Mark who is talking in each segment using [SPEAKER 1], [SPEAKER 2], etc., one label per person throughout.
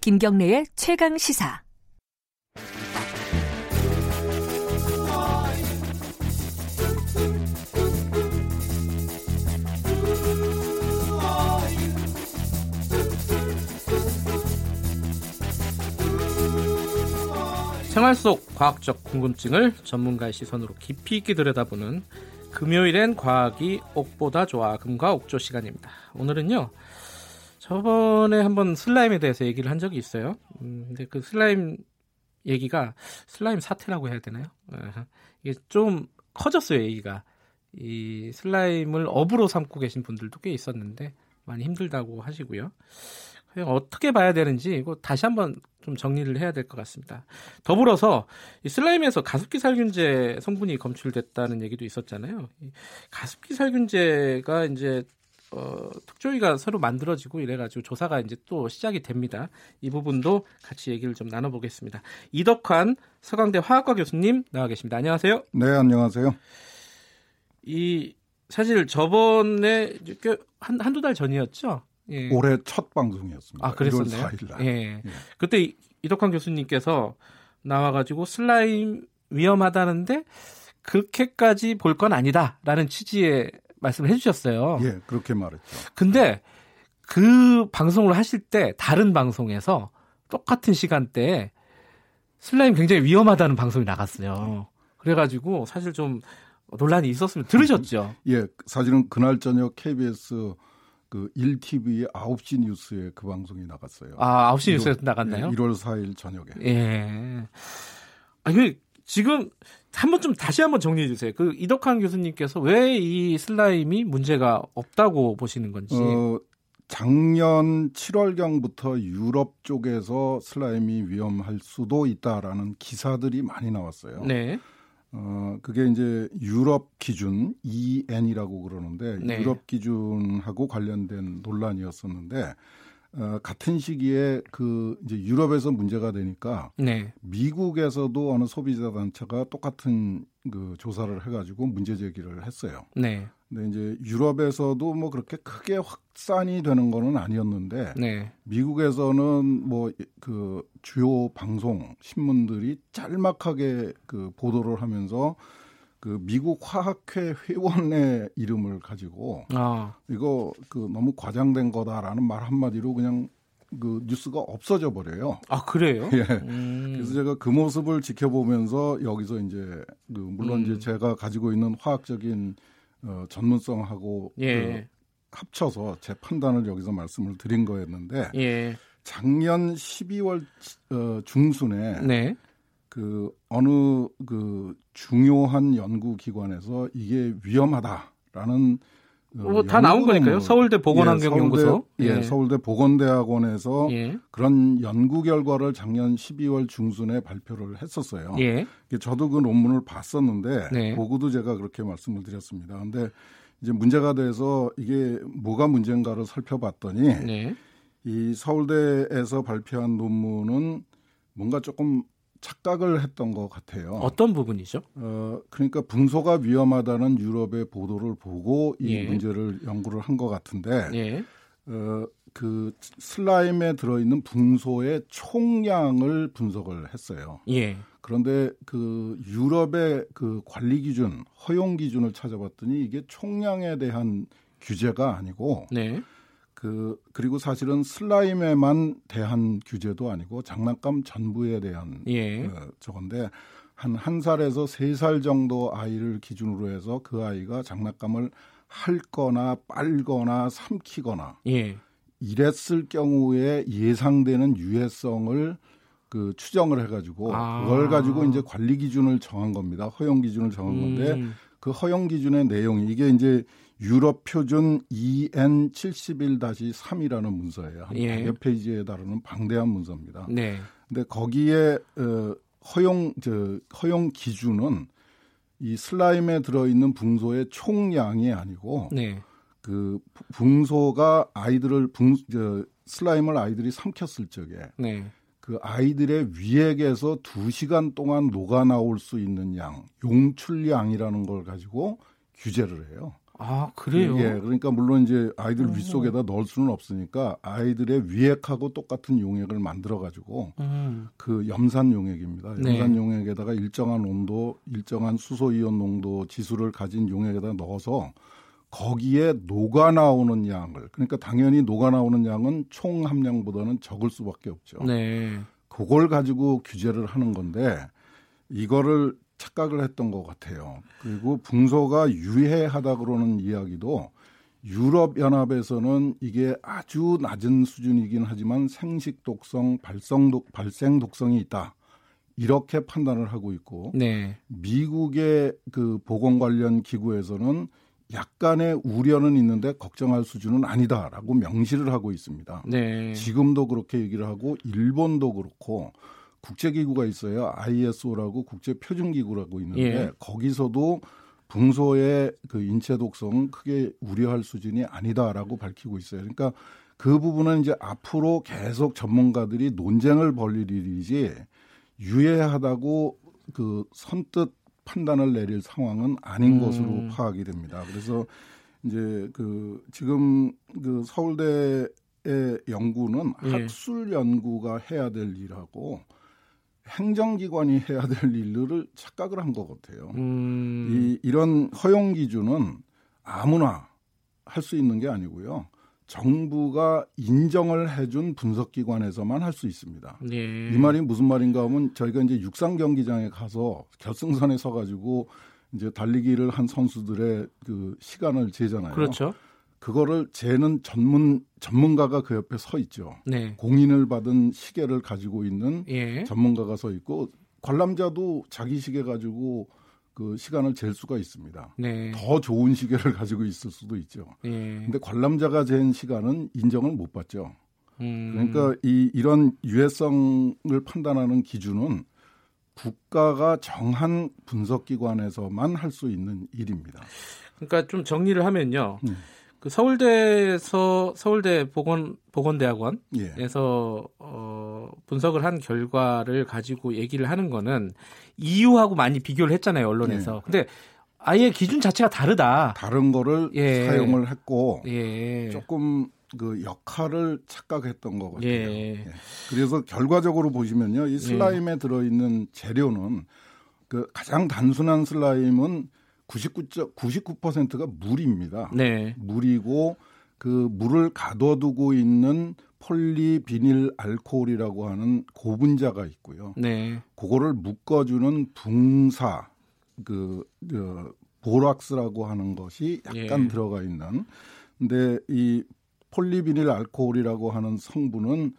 [SPEAKER 1] 김경래의 최강 시사.
[SPEAKER 2] 생활 속 과학적 궁금증을 전문가의 시선으로 깊이 있게 들여다보는 금요일엔 과학이 옥보다 좋아 금과 옥조 시간입니다. 오늘은요. 저번에 한번 슬라임에 대해서 얘기를 한 적이 있어요. 음, 근데 그 슬라임 얘기가 슬라임 사태라고 해야 되나요? 예. 이게 좀 커졌어요, 얘기가. 이 슬라임을 업으로 삼고 계신 분들도 꽤 있었는데 많이 힘들다고 하시고요. 과연 어떻게 봐야 되는지 이거 다시 한번 좀 정리를 해야 될 것 같습니다. 더불어서 이 슬라임에서 가습기 살균제 성분이 검출됐다는 얘기도 있었잖아요. 이 가습기 살균제가 이제 어, 특조위가 새로 만들어지고 이래가지고 조사가 이제 또 시작이 됩니다. 이 부분도 같이 얘기를 좀 나눠보겠습니다. 이덕환 서강대 화학과 교수님 나와 계십니다. 안녕하세요.
[SPEAKER 3] 네, 안녕하세요.
[SPEAKER 2] 이 사실 저번에 이제 꽤 한, 한두 달 전이었죠. 예.
[SPEAKER 3] 올해 첫 방송이었습니다.
[SPEAKER 2] 아, 그랬었나요?
[SPEAKER 3] 1월 4일 날.
[SPEAKER 2] 예.
[SPEAKER 3] 예.
[SPEAKER 2] 그때 이- 이덕환 교수님께서 나와가지고 슬라임 위험하다는데 그렇게까지 볼 건 아니다라는 취지의 말씀을 해주셨어요.
[SPEAKER 3] 예, 그렇게 말했죠.
[SPEAKER 2] 근데 그 방송을 하실 때 다른 방송에서 똑같은 시간대에 슬라임 굉장히 위험하다는 방송이 나갔어요. 그래가지고 사실 좀 논란이 있었으면 들으셨죠.
[SPEAKER 3] 예, 사실은 그날 저녁 KBS 그 1TV 9시 뉴스에 그 방송이 나갔어요.
[SPEAKER 2] 아, 9시
[SPEAKER 3] 일월-
[SPEAKER 2] 뉴스에 나갔나요?
[SPEAKER 3] 예, 1월 4일 저녁에.
[SPEAKER 2] 예. 아, 그 지금 한번 좀 다시 한번 정리해 주세요. 그 이덕환 교수님께서 왜 이 슬라임이 문제가 없다고 보시는 건지.
[SPEAKER 3] 어, 작년 7월경부터 유럽 쪽에서 슬라임이 위험할 수도 있다라는 기사들이 많이 나왔어요.
[SPEAKER 2] 네.
[SPEAKER 3] 어, 그게 이제 유럽 기준 EN이라고 그러는데
[SPEAKER 2] 네.
[SPEAKER 3] 유럽 기준하고 관련된 논란이었었는데 어, 같은 시기에 그 이제 유럽에서 문제가 되니까
[SPEAKER 2] 네.
[SPEAKER 3] 미국에서도 어느 소비자 단체가 똑같은 그 조사를 해가지고 문제 제기를 했어요.
[SPEAKER 2] 네.
[SPEAKER 3] 근데 이제 유럽에서도 뭐 그렇게 크게 확산이 되는 거는 아니었는데
[SPEAKER 2] 네.
[SPEAKER 3] 미국에서는 뭐 그 주요 방송 신문들이 짤막하게 그 보도를 하면서 그 미국 화학회 회원의 이름을 가지고
[SPEAKER 2] 아.
[SPEAKER 3] 이거 그 너무 과장된 거다라는 말 한마디로 그냥 그 뉴스가 없어져 버려요.
[SPEAKER 2] 아, 그래요?
[SPEAKER 3] 예.
[SPEAKER 2] 음.
[SPEAKER 3] 그래서 제가 그 모습을 지켜보면서 여기서 이제 그 물론
[SPEAKER 2] 음.
[SPEAKER 3] 이제 제가 가지고 있는 화학적인 어, 전문성하고
[SPEAKER 2] 예.
[SPEAKER 3] 그 합쳐서 제 판단을 여기서 말씀을 드린 거였는데
[SPEAKER 2] 예.
[SPEAKER 3] 작년 12월 어, 중순에
[SPEAKER 2] 네.
[SPEAKER 3] 그 어느 그 중요한 연구기관에서 이게 위험하다라는 어,
[SPEAKER 2] 뭐, 다 나온
[SPEAKER 3] 연구논문.
[SPEAKER 2] 거니까요. 서울대 보건환경연구소. 네.
[SPEAKER 3] 예, 서울대, 예, 서울대 보건대학원에서
[SPEAKER 2] 예.
[SPEAKER 3] 그런 연구 결과를 작년 12월 중순에 발표를 했었어요.
[SPEAKER 2] 예.
[SPEAKER 3] 이게 저도 그 논문을 봤었는데
[SPEAKER 2] 네.
[SPEAKER 3] 보고도 제가 그렇게 말씀을 드렸습니다. 근데 이제 문제가 돼서 이게 뭐가 문제인가를 살펴봤더니
[SPEAKER 2] 네.
[SPEAKER 3] 이 서울대에서 발표한 논문은 뭔가 조금 착각을 했던 것 같아요. 어,
[SPEAKER 2] 어떤 부분이죠?
[SPEAKER 3] 그러니까 붕소가 위험하다는 유럽의 보도를 보고 이
[SPEAKER 2] 예.
[SPEAKER 3] 문제를 연구를 한 것 같은데
[SPEAKER 2] 예.
[SPEAKER 3] 어, 그 슬라임에 들어있는 붕소의 총량을 분석을 했어요.
[SPEAKER 2] 예.
[SPEAKER 3] 그런데 그 유럽의 그 관리 기준, 허용 기준을 찾아봤더니 이게 총량에 대한 규제가 아니고
[SPEAKER 2] 네.
[SPEAKER 3] 그 그리고 사실은 슬라임에만 대한 규제도 아니고 장난감 전부에 대한
[SPEAKER 2] 예.
[SPEAKER 3] 어, 저건데 한 한 살에서 세 살 정도 아이를 기준으로 해서 그 아이가 장난감을 핥거나 빨거나 삼키거나
[SPEAKER 2] 예.
[SPEAKER 3] 이랬을 경우에 예상되는 유해성을 그 추정을 해가지고
[SPEAKER 2] 아.
[SPEAKER 3] 그걸 가지고 이제 관리 기준을 정한 겁니다. 허용 기준을 정한 건데
[SPEAKER 2] 음.
[SPEAKER 3] 그 허용 기준의 내용이 이게 이제 유럽 표준 E EN 71-3이라는 문서예요. 한
[SPEAKER 2] 예.
[SPEAKER 3] 100여 페이지에 다루는 방대한 문서입니다.
[SPEAKER 2] 네.
[SPEAKER 3] 근데 거기에 어, 허용 저 허용 기준은 이 슬라임에 들어 있는 붕소의 총량이 아니고
[SPEAKER 2] 네.
[SPEAKER 3] 그 부- 붕소가 아이들을 붕 저, 슬라임을 아이들이 삼켰을 적에
[SPEAKER 2] 네.
[SPEAKER 3] 그 아이들의 위액에서 두시간 동안 녹아 나올 수 있는 양, 용출량이라는 걸 가지고 규제를 해요.
[SPEAKER 2] 아 그래요. 음.
[SPEAKER 3] 예, 그러니까 물론 이제 아이들 윗속에다 넣을 수는 없으니까 아이들의 위액하고 똑같은 용액을 만들어 가지고
[SPEAKER 2] 음.
[SPEAKER 3] 그 염산 용액입니다.
[SPEAKER 2] 네.
[SPEAKER 3] 염산 용액에다가 일정한 온도, 일정한 수소 이온 농도 지수를 가진 용액에다 넣어서 거기에 녹아 나오는 양을 그러니까 당연히 녹아 나오는 양은 총 함량보다는 적을 수밖에 없죠.
[SPEAKER 2] 네.
[SPEAKER 3] 그걸 가지고 규제를 하는 건데 이거를 착각을 했던 것 같아요. 그리고 붕소가 유해하다 그러는 이야기도 유럽 연합에서는 이게 아주 낮은 수준이긴 하지만 생식 독성, 발성 독, 발생 독성이 있다. 이렇게 판단을 하고 있고
[SPEAKER 2] 네.
[SPEAKER 3] 미국의 그 보건 관련 기구에서는 약간의 우려는 있는데 걱정할 수준은 아니다라고 명시를 하고 있습니다.
[SPEAKER 2] 네.
[SPEAKER 3] 지금도 그렇게 얘기를 하고 일본도 그렇고 국제기구가 있어요. ISO라고 국제표준기구라고 있는데
[SPEAKER 2] 예.
[SPEAKER 3] 거기서도 붕소의 그 인체 독성 크게 우려할 수준이 아니다라고 밝히고 있어요. 그러니까 그 부분은 이제 앞으로 계속 전문가들이 논쟁을 벌일 일이지 유해하다고 그 선뜻 판단을 내릴 상황은 아닌
[SPEAKER 2] 음.
[SPEAKER 3] 것으로 파악이 됩니다. 그래서 이제 그 지금 그 서울대의 연구는
[SPEAKER 2] 예.
[SPEAKER 3] 학술 연구가 해야 될 일하고 행정기관이 해야 될 일을 착각을 한 것 같아요.
[SPEAKER 2] 음.
[SPEAKER 3] 이, 이런 허용 기준은 아무나 할 수 있는 게 아니고요. 정부가 인정을 해준 분석기관에서만 할 수 있습니다.
[SPEAKER 2] 네.
[SPEAKER 3] 이 말이 무슨 말인가 하면 저희가 이제 육상 경기장에 가서 결승선에 서가지고 이제 달리기를 한 선수들의 그 시간을 재잖아요.
[SPEAKER 2] 그렇죠.
[SPEAKER 3] 그거를 재는 전문 전문가가 그 옆에 서 있죠.
[SPEAKER 2] 네.
[SPEAKER 3] 공인을 받은 시계를 가지고 있는
[SPEAKER 2] 예.
[SPEAKER 3] 전문가가 서 있고 관람자도 자기 시계 가지고 그 시간을 잴 수가 있습니다.
[SPEAKER 2] 네.
[SPEAKER 3] 더 좋은 시계를 가지고 있을 수도 있죠.
[SPEAKER 2] 예.
[SPEAKER 3] 근데 관람자가 잰 시간은 인정을 못 받죠.
[SPEAKER 2] 음.
[SPEAKER 3] 그러니까 이 이런 유해성을 판단하는 기준은 국가가 정한 분석기관에서만 할 수 있는 일입니다.
[SPEAKER 2] 그러니까 좀 정리를 하면요.
[SPEAKER 3] 음.
[SPEAKER 2] 그 서울대에서 서울대 보건 보건대학원에서
[SPEAKER 3] 예.
[SPEAKER 2] 어, 분석을 한 결과를 가지고 얘기를 하는 거는 EU하고 많이 비교를 했잖아요 언론에서.
[SPEAKER 3] 네.
[SPEAKER 2] 근데 아예 기준 자체가 다르다.
[SPEAKER 3] 다른 거를
[SPEAKER 2] 예.
[SPEAKER 3] 사용을 했고
[SPEAKER 2] 예.
[SPEAKER 3] 조금 그 역할을 착각했던 것 같아요.
[SPEAKER 2] 예.
[SPEAKER 3] 예. 그래서 결과적으로 보시면요, 이 슬라임에 들어있는 재료는 그 가장 단순한 슬라임은 99. 99%가 물입니다.
[SPEAKER 2] 네.
[SPEAKER 3] 물이고 그 물을 가둬두고 있는 폴리비닐 알코올이라고 하는 고분자가 있고요.
[SPEAKER 2] 네.
[SPEAKER 3] 그거를 묶어주는 붕사 그 어, 보락스라고 하는 것이 약간
[SPEAKER 2] 예.
[SPEAKER 3] 들어가 있는. 근데 이 폴리비닐 알코올이라고 하는 성분은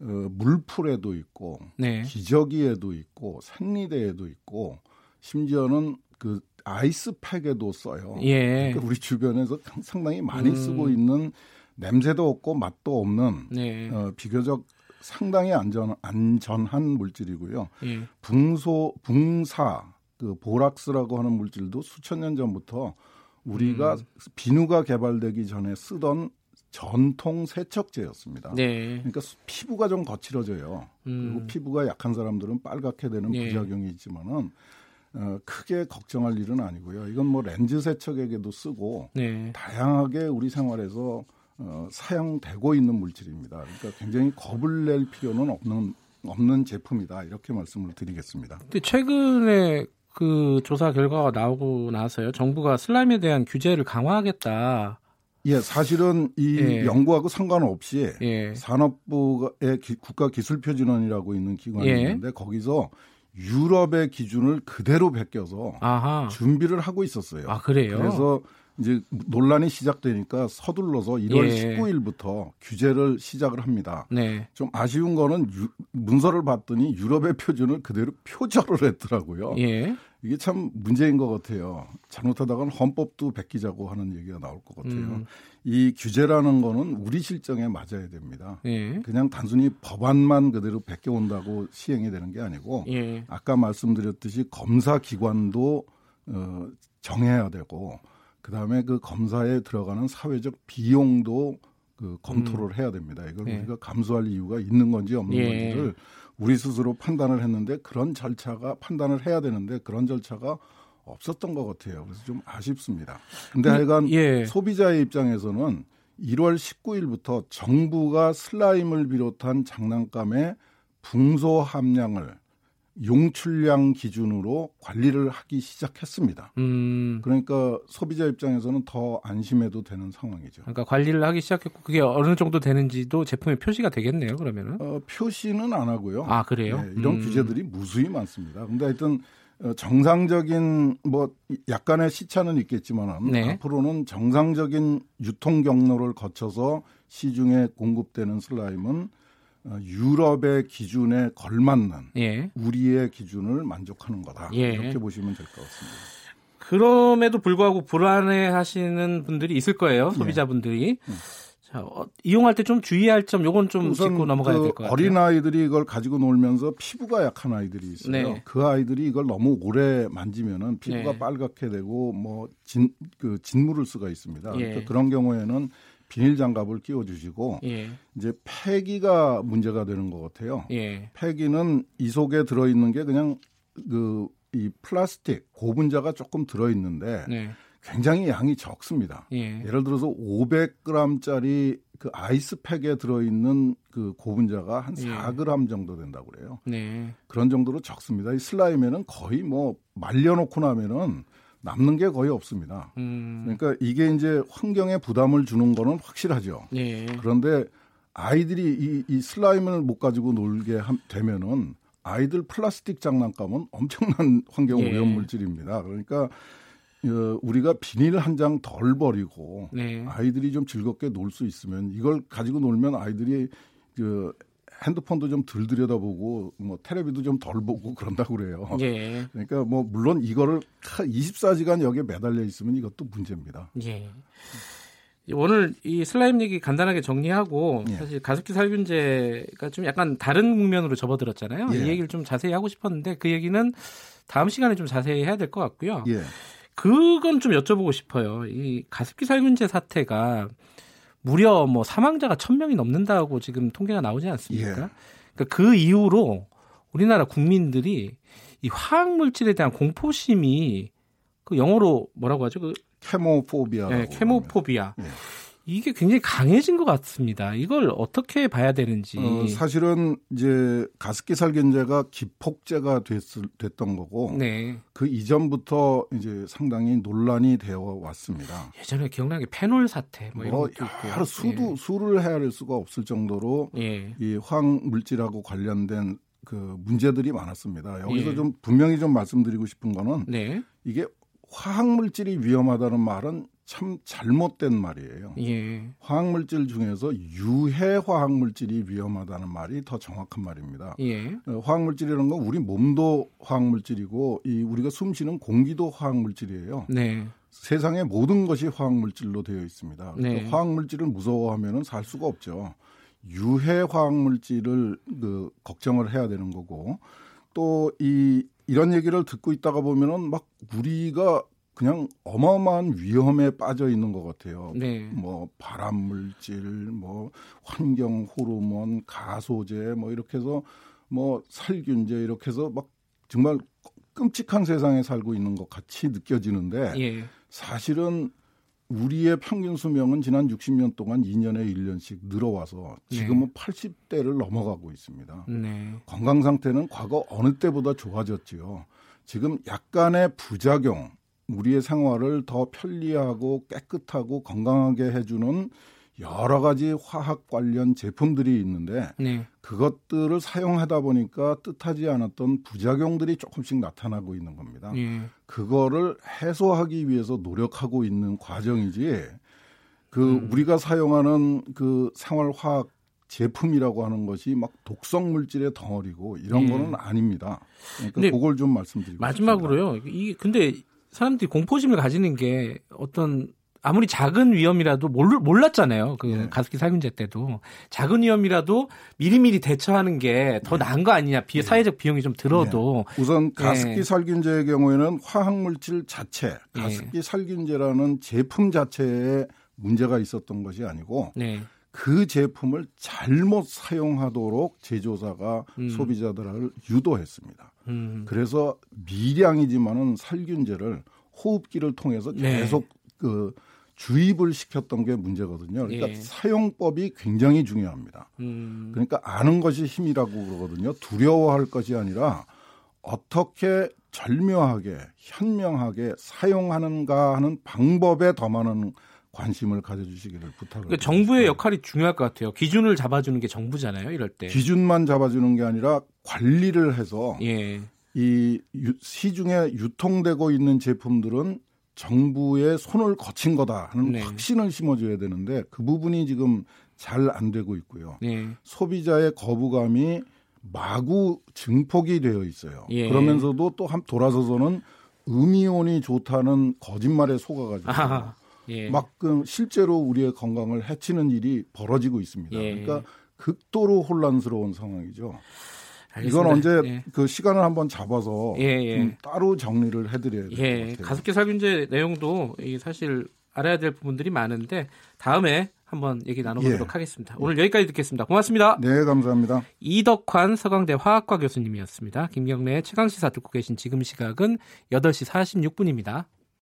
[SPEAKER 3] 어, 물풀에도 있고
[SPEAKER 2] 네.
[SPEAKER 3] 기저귀에도 있고 생리대에도 있고 심지어는 그 아이스팩에도 써요.
[SPEAKER 2] 예.
[SPEAKER 3] 그러니까 우리 주변에서 상당히 많이
[SPEAKER 2] 음.
[SPEAKER 3] 쓰고 있는 냄새도 없고 맛도 없는
[SPEAKER 2] 네.
[SPEAKER 3] 어, 비교적 상당히 안전 안전한 물질이고요.
[SPEAKER 2] 예.
[SPEAKER 3] 붕소 붕사 그 보락스라고 하는 물질도 수천 년 전부터 우리가
[SPEAKER 2] 음.
[SPEAKER 3] 비누가 개발되기 전에 쓰던 전통 세척제였습니다.
[SPEAKER 2] 네.
[SPEAKER 3] 그러니까 수- 피부가 좀 거칠어져요. 그리고
[SPEAKER 2] 음.
[SPEAKER 3] 피부가 약한 사람들은 빨갛게 되는
[SPEAKER 2] 예.
[SPEAKER 3] 부작용이 있지만은 어, 크게 걱정할 일은 아니고요. 이건 뭐 렌즈 세척에게도 쓰고
[SPEAKER 2] 네.
[SPEAKER 3] 다양하게 우리 생활에서 어, 사용되고 있는 물질입니다. 그러니까 굉장히 겁을 낼 필요는 없는 없는 제품이다 이렇게 말씀을 드리겠습니다.
[SPEAKER 2] 근데 최근에 그 조사 결과가 나오고 나서요. 정부가 슬라임에 대한 규제를 강화하겠다.
[SPEAKER 3] 예, 사실은 이
[SPEAKER 2] 예.
[SPEAKER 3] 연구하고 상관없이
[SPEAKER 2] 예.
[SPEAKER 3] 산업부의 기- 국가기술표준원이라고 있는 기관이
[SPEAKER 2] 예.
[SPEAKER 3] 있는데 거기서 유럽의 기준을 그대로 베껴서
[SPEAKER 2] 아하.
[SPEAKER 3] 준비를 하고 있었어요.
[SPEAKER 2] 아 그래요.
[SPEAKER 3] 그래서 이제 논란이 시작되니까 서둘러서 1월
[SPEAKER 2] 예.
[SPEAKER 3] 19일부터 규제를 시작을 합니다.
[SPEAKER 2] 네.
[SPEAKER 3] 좀 아쉬운 거는 유- 문서를 봤더니 유럽의 표준을 그대로 표절을 했더라고요.
[SPEAKER 2] 예.
[SPEAKER 3] 이게 참 문제인 것 같아요. 잘못하다간 헌법도 베끼자고 하는 얘기가 나올 것 같아요.
[SPEAKER 2] 음.
[SPEAKER 3] 이 규제라는 거는 우리 실정에 맞아야 됩니다.
[SPEAKER 2] 예.
[SPEAKER 3] 그냥 단순히 법안만 그대로 베껴온다고 시행이 되는 게 아니고
[SPEAKER 2] 예.
[SPEAKER 3] 아까 말씀드렸듯이 검사 기관도 어, 정해야 되고 그다음에 그 검사에 들어가는 사회적 비용도 그 검토를 해야 됩니다. 이걸
[SPEAKER 2] 예.
[SPEAKER 3] 우리가 감수할 이유가 있는 건지 없는
[SPEAKER 2] 예.
[SPEAKER 3] 건지를 우리 스스로 판단을 했는데 그런 절차가 판단을 해야 되는데 그런 절차가 없었던 것 같아요. 그래서 좀 아쉽습니다. 근데 하여간
[SPEAKER 2] 예.
[SPEAKER 3] 소비자의 입장에서는 1월 19일부터 정부가 슬라임을 비롯한 장난감의 붕소 함량을 용출량 기준으로 관리를 하기 시작했습니다.
[SPEAKER 2] 음,
[SPEAKER 3] 그러니까 소비자 입장에서는 더 안심해도 되는 상황이죠.
[SPEAKER 2] 그러니까 관리를 하기 시작했고 그게 어느 정도 되는지도 제품에 표시가 되겠네요. 그러면은
[SPEAKER 3] 어, 표시는 안 하고요.
[SPEAKER 2] 아 그래요?
[SPEAKER 3] 네, 이런
[SPEAKER 2] 음.
[SPEAKER 3] 규제들이 무수히 많습니다. 근데 하여튼 어, 정상적인 뭐 약간의 시차는 있겠지만
[SPEAKER 2] 네.
[SPEAKER 3] 앞으로는 정상적인 유통 경로를 거쳐서 시중에 공급되는 슬라임은 어, 유럽의 기준에 걸맞는
[SPEAKER 2] 예.
[SPEAKER 3] 우리의 기준을 만족하는 거다
[SPEAKER 2] 예.
[SPEAKER 3] 이렇게 보시면 될 것 같습니다.
[SPEAKER 2] 그럼에도 불구하고 불안해하시는 분들이 있을 거예요.
[SPEAKER 3] 네.
[SPEAKER 2] 소비자분들이. 자 어, 이용할 때 좀 주의할 점 요건 좀 짚고 넘어가야 될 것 같아요.
[SPEAKER 3] 그 어린 아이들이 이걸 가지고 놀면서 피부가 약한 아이들이 있어요.
[SPEAKER 2] 네.
[SPEAKER 3] 그 아이들이 이걸 너무 오래 만지면은 피부가
[SPEAKER 2] 네.
[SPEAKER 3] 빨갛게 되고 뭐진그 진물을 수가 있습니다.
[SPEAKER 2] 예.
[SPEAKER 3] 그러니까 그런 경우에는 비닐 장갑을 끼워 주시고
[SPEAKER 2] 예.
[SPEAKER 3] 이제 폐기가 문제가 되는 것 같아요.
[SPEAKER 2] 예.
[SPEAKER 3] 폐기는 이 속에 들어 있는 게 그냥 그 이 플라스틱 고분자가 조금 들어 있는데
[SPEAKER 2] 네.
[SPEAKER 3] 굉장히 양이 적습니다.
[SPEAKER 2] 예.
[SPEAKER 3] 예를 들어서 500g짜리 그 아이스팩에 들어있는 그 고분자가 한
[SPEAKER 2] 예.
[SPEAKER 3] 4g 정도 된다고 그래요.
[SPEAKER 2] 네.
[SPEAKER 3] 그런 정도로 적습니다. 이 슬라임에는 거의 뭐 말려놓고 나면은 남는 게 거의 없습니다.
[SPEAKER 2] 음.
[SPEAKER 3] 그러니까 이게 이제 환경에 부담을 주는 거는 확실하죠.
[SPEAKER 2] 예.
[SPEAKER 3] 그런데 아이들이 이, 이 슬라임을 못 가지고 놀게 함- 되면은 아이들 플라스틱 장난감은 엄청난 환경
[SPEAKER 2] 예.
[SPEAKER 3] 오염 물질입니다. 그러니까 어, 우리가 비닐 한 장 덜 버리고
[SPEAKER 2] 네.
[SPEAKER 3] 아이들이 좀 즐겁게 놀 수 있으면 이걸 가지고 놀면 아이들이 그 핸드폰도 좀 덜 들여다보고 뭐 텔레비도 좀 덜 보고 그런다고 그래요.
[SPEAKER 2] 예.
[SPEAKER 3] 그러니까 뭐 물론 이거를 24시간 여기에 매달려 있으면 이것도 문제입니다.
[SPEAKER 2] 예. 오늘 이 슬라임 얘기 간단하게 정리하고
[SPEAKER 3] 예.
[SPEAKER 2] 사실 가습기 살균제가 좀 약간 다른 국면으로 접어들었잖아요.
[SPEAKER 3] 예.
[SPEAKER 2] 이 얘기를 좀 자세히 하고 싶었는데 그 얘기는 다음 시간에 좀 자세히 해야 될 것 같고요.
[SPEAKER 3] 예.
[SPEAKER 2] 그건 좀 여쭤보고 싶어요. 이 가습기 살균제 사태가 무려 뭐 사망자가 천 명이 넘는다고 지금 통계가 나오지 않습니까?
[SPEAKER 3] 예.
[SPEAKER 2] 그러니까 그 이후로 우리나라 국민들이 이 화학 물질에 대한 공포심이 그 영어로 뭐라고 하죠? 그
[SPEAKER 3] 캐모포비아. 어,
[SPEAKER 2] 예, 캐모포비아.
[SPEAKER 3] 예.
[SPEAKER 2] 이게 굉장히 강해진 것 같습니다. 이걸 어떻게 봐야 되는지.
[SPEAKER 3] 어, 사실은 이제 가습기 살균제가 기폭제가 됐을, 됐던 거고
[SPEAKER 2] 네.
[SPEAKER 3] 그 이전부터 이제 상당히 논란이 되어 왔습니다.
[SPEAKER 2] 예전에 기억나는 게 페놀 사태 뭐 이런
[SPEAKER 3] 뭐
[SPEAKER 2] 것도 있고.
[SPEAKER 3] 여러 수도 수를 헤아릴 수가 없을 정도로
[SPEAKER 2] 예. 예.
[SPEAKER 3] 이 화학 물질하고 관련된 그 문제들이 많았습니다. 여기서
[SPEAKER 2] 예.
[SPEAKER 3] 좀 분명히 좀 말씀드리고 싶은 거는
[SPEAKER 2] 네.
[SPEAKER 3] 이게 화학 물질이 위험하다는 말은 참 잘못된 말이에요.
[SPEAKER 2] 예.
[SPEAKER 3] 화학 물질 중에서 유해 화학 물질이 위험하다는 말이 더 정확한 말입니다.
[SPEAKER 2] 예.
[SPEAKER 3] 어, 화학 물질이라는 건 우리 몸도 화학 물질이고 이 우리가 숨쉬는 공기도 화학 물질이에요.
[SPEAKER 2] 네.
[SPEAKER 3] 세상의 모든 것이 화학 물질로 되어 있습니다. 그러니까
[SPEAKER 2] 네.
[SPEAKER 3] 화학 물질을 무서워하면은 살 수가 없죠. 유해 화학 물질을 그 걱정을 해야 되는 거고 또 이 이런 얘기를 듣고 있다가 보면은 막 우리가 그냥 어마어마한 위험에 빠져 있는 것 같아요.
[SPEAKER 2] 네.
[SPEAKER 3] 뭐 발암 물질, 뭐 환경 호르몬, 가소제 뭐 이렇게 해서 뭐 살균제 이렇게 해서 막 정말 끔찍한 세상에 살고 있는 것 같이 느껴지는데
[SPEAKER 2] 예.
[SPEAKER 3] 사실은 우리의 평균 수명은 지난 60년 동안 2년에 1년씩 늘어와서 지금은 80대를 넘어가고 있습니다.
[SPEAKER 2] 네.
[SPEAKER 3] 건강 상태는 과거 어느 때보다 좋아졌지요. 지금 약간의 부작용, 우리의 생활을 더 편리하고 깨끗하고 건강하게 해주는 여러 가지 화학 관련 제품들이 있는데
[SPEAKER 2] 네.
[SPEAKER 3] 그것들을 사용하다 보니까 뜻하지 않았던 부작용들이 조금씩 나타나고 있는 겁니다.
[SPEAKER 2] 예.
[SPEAKER 3] 그거를 해소하기 위해서 노력하고 있는 과정이지 그
[SPEAKER 2] 음.
[SPEAKER 3] 우리가 사용하는 그 생활화학 제품이라고 하는 것이 막 독성 물질의 덩어리고 이런
[SPEAKER 2] 예.
[SPEAKER 3] 거는 아닙니다. 그러니까
[SPEAKER 2] 근데
[SPEAKER 3] 그걸 좀 말씀드리고
[SPEAKER 2] 마지막으로요. 이 근데 사람들이 공포심을 가지는 게 어떤 아무리 작은 위험이라도 몰, 몰랐잖아요. 그
[SPEAKER 3] 예.
[SPEAKER 2] 가습기 살균제 때도 작은 위험이라도 미리미리 대처하는 게 더
[SPEAKER 3] 네.
[SPEAKER 2] 나은 거 아니냐. 비, 사회적 비용이 좀 들어도
[SPEAKER 3] 싶습니다. 우선 가습기
[SPEAKER 2] 예.
[SPEAKER 3] 살균제의 경우에는 화학 물질 자체, 가습기 살균제라는 제품 자체에 문제가 있었던 것이 아니고
[SPEAKER 2] 네.
[SPEAKER 3] 그 제품을 잘못 사용하도록 제조사가
[SPEAKER 2] 음.
[SPEAKER 3] 소비자들을 유도했습니다.
[SPEAKER 2] 음.
[SPEAKER 3] 그래서 미량이지만은 살균제를 호흡기를 통해서
[SPEAKER 2] 네.
[SPEAKER 3] 계속 그 주입을 시켰던 게 문제거든요. 그러니까
[SPEAKER 2] 예.
[SPEAKER 3] 사용법이 굉장히 중요합니다.
[SPEAKER 2] 음.
[SPEAKER 3] 그러니까 아는 것이 힘이라고 그러거든요. 두려워할 것이 아니라 어떻게 절묘하게 현명하게 사용하는가 하는 방법에 더 많은 관심을 가져주시기를 부탁을
[SPEAKER 2] 그러니까 정부의
[SPEAKER 3] 드립니다.
[SPEAKER 2] 역할이 중요할 것 같아요. 기준을 잡아주는 게 정부잖아요. 이럴 때.
[SPEAKER 3] 기준만 잡아주는 게 아니라 관리를 해서
[SPEAKER 2] 예.
[SPEAKER 3] 이 유- 시중에 유통되고 있는 제품들은 정부의 손을 거친 거다 하는
[SPEAKER 2] 네.
[SPEAKER 3] 확신을 심어줘야 되는데 그 부분이 지금 잘 안 되고 있고요.
[SPEAKER 2] 예.
[SPEAKER 3] 소비자의 거부감이 마구 증폭이 되어 있어요.
[SPEAKER 2] 예.
[SPEAKER 3] 그러면서도 또 한 돌아서서는 음이온이 좋다는 거짓말에 속아가지고
[SPEAKER 2] 아하. 예.
[SPEAKER 3] 막그 실제로 우리의 건강을 해치는 일이 벌어지고 있습니다.
[SPEAKER 2] 예.
[SPEAKER 3] 그러니까 극도로 혼란스러운 상황이죠.
[SPEAKER 2] 알겠습니다.
[SPEAKER 3] 이건 언제 어. 음.
[SPEAKER 2] 예.
[SPEAKER 3] 그 시간을 한번 잡아서
[SPEAKER 2] 예, 예.
[SPEAKER 3] 좀 따로 정리를 해드려야 될 네, 것
[SPEAKER 2] 예,
[SPEAKER 3] 같아요.
[SPEAKER 2] 가습기 살균제 내용도 이 사실 알아야 될 부분들이 많은데 다음에 한번 얘기 나눠보도록
[SPEAKER 3] 예.
[SPEAKER 2] 하겠습니다. 오늘 여기까지 듣겠습니다. 고맙습니다.
[SPEAKER 3] 네, 감사합니다.
[SPEAKER 2] 이덕환 서강대 화학과 교수님이었습니다. 김경래 최강 시사 듣고 계신 지금 시각은 8시 46분입니다.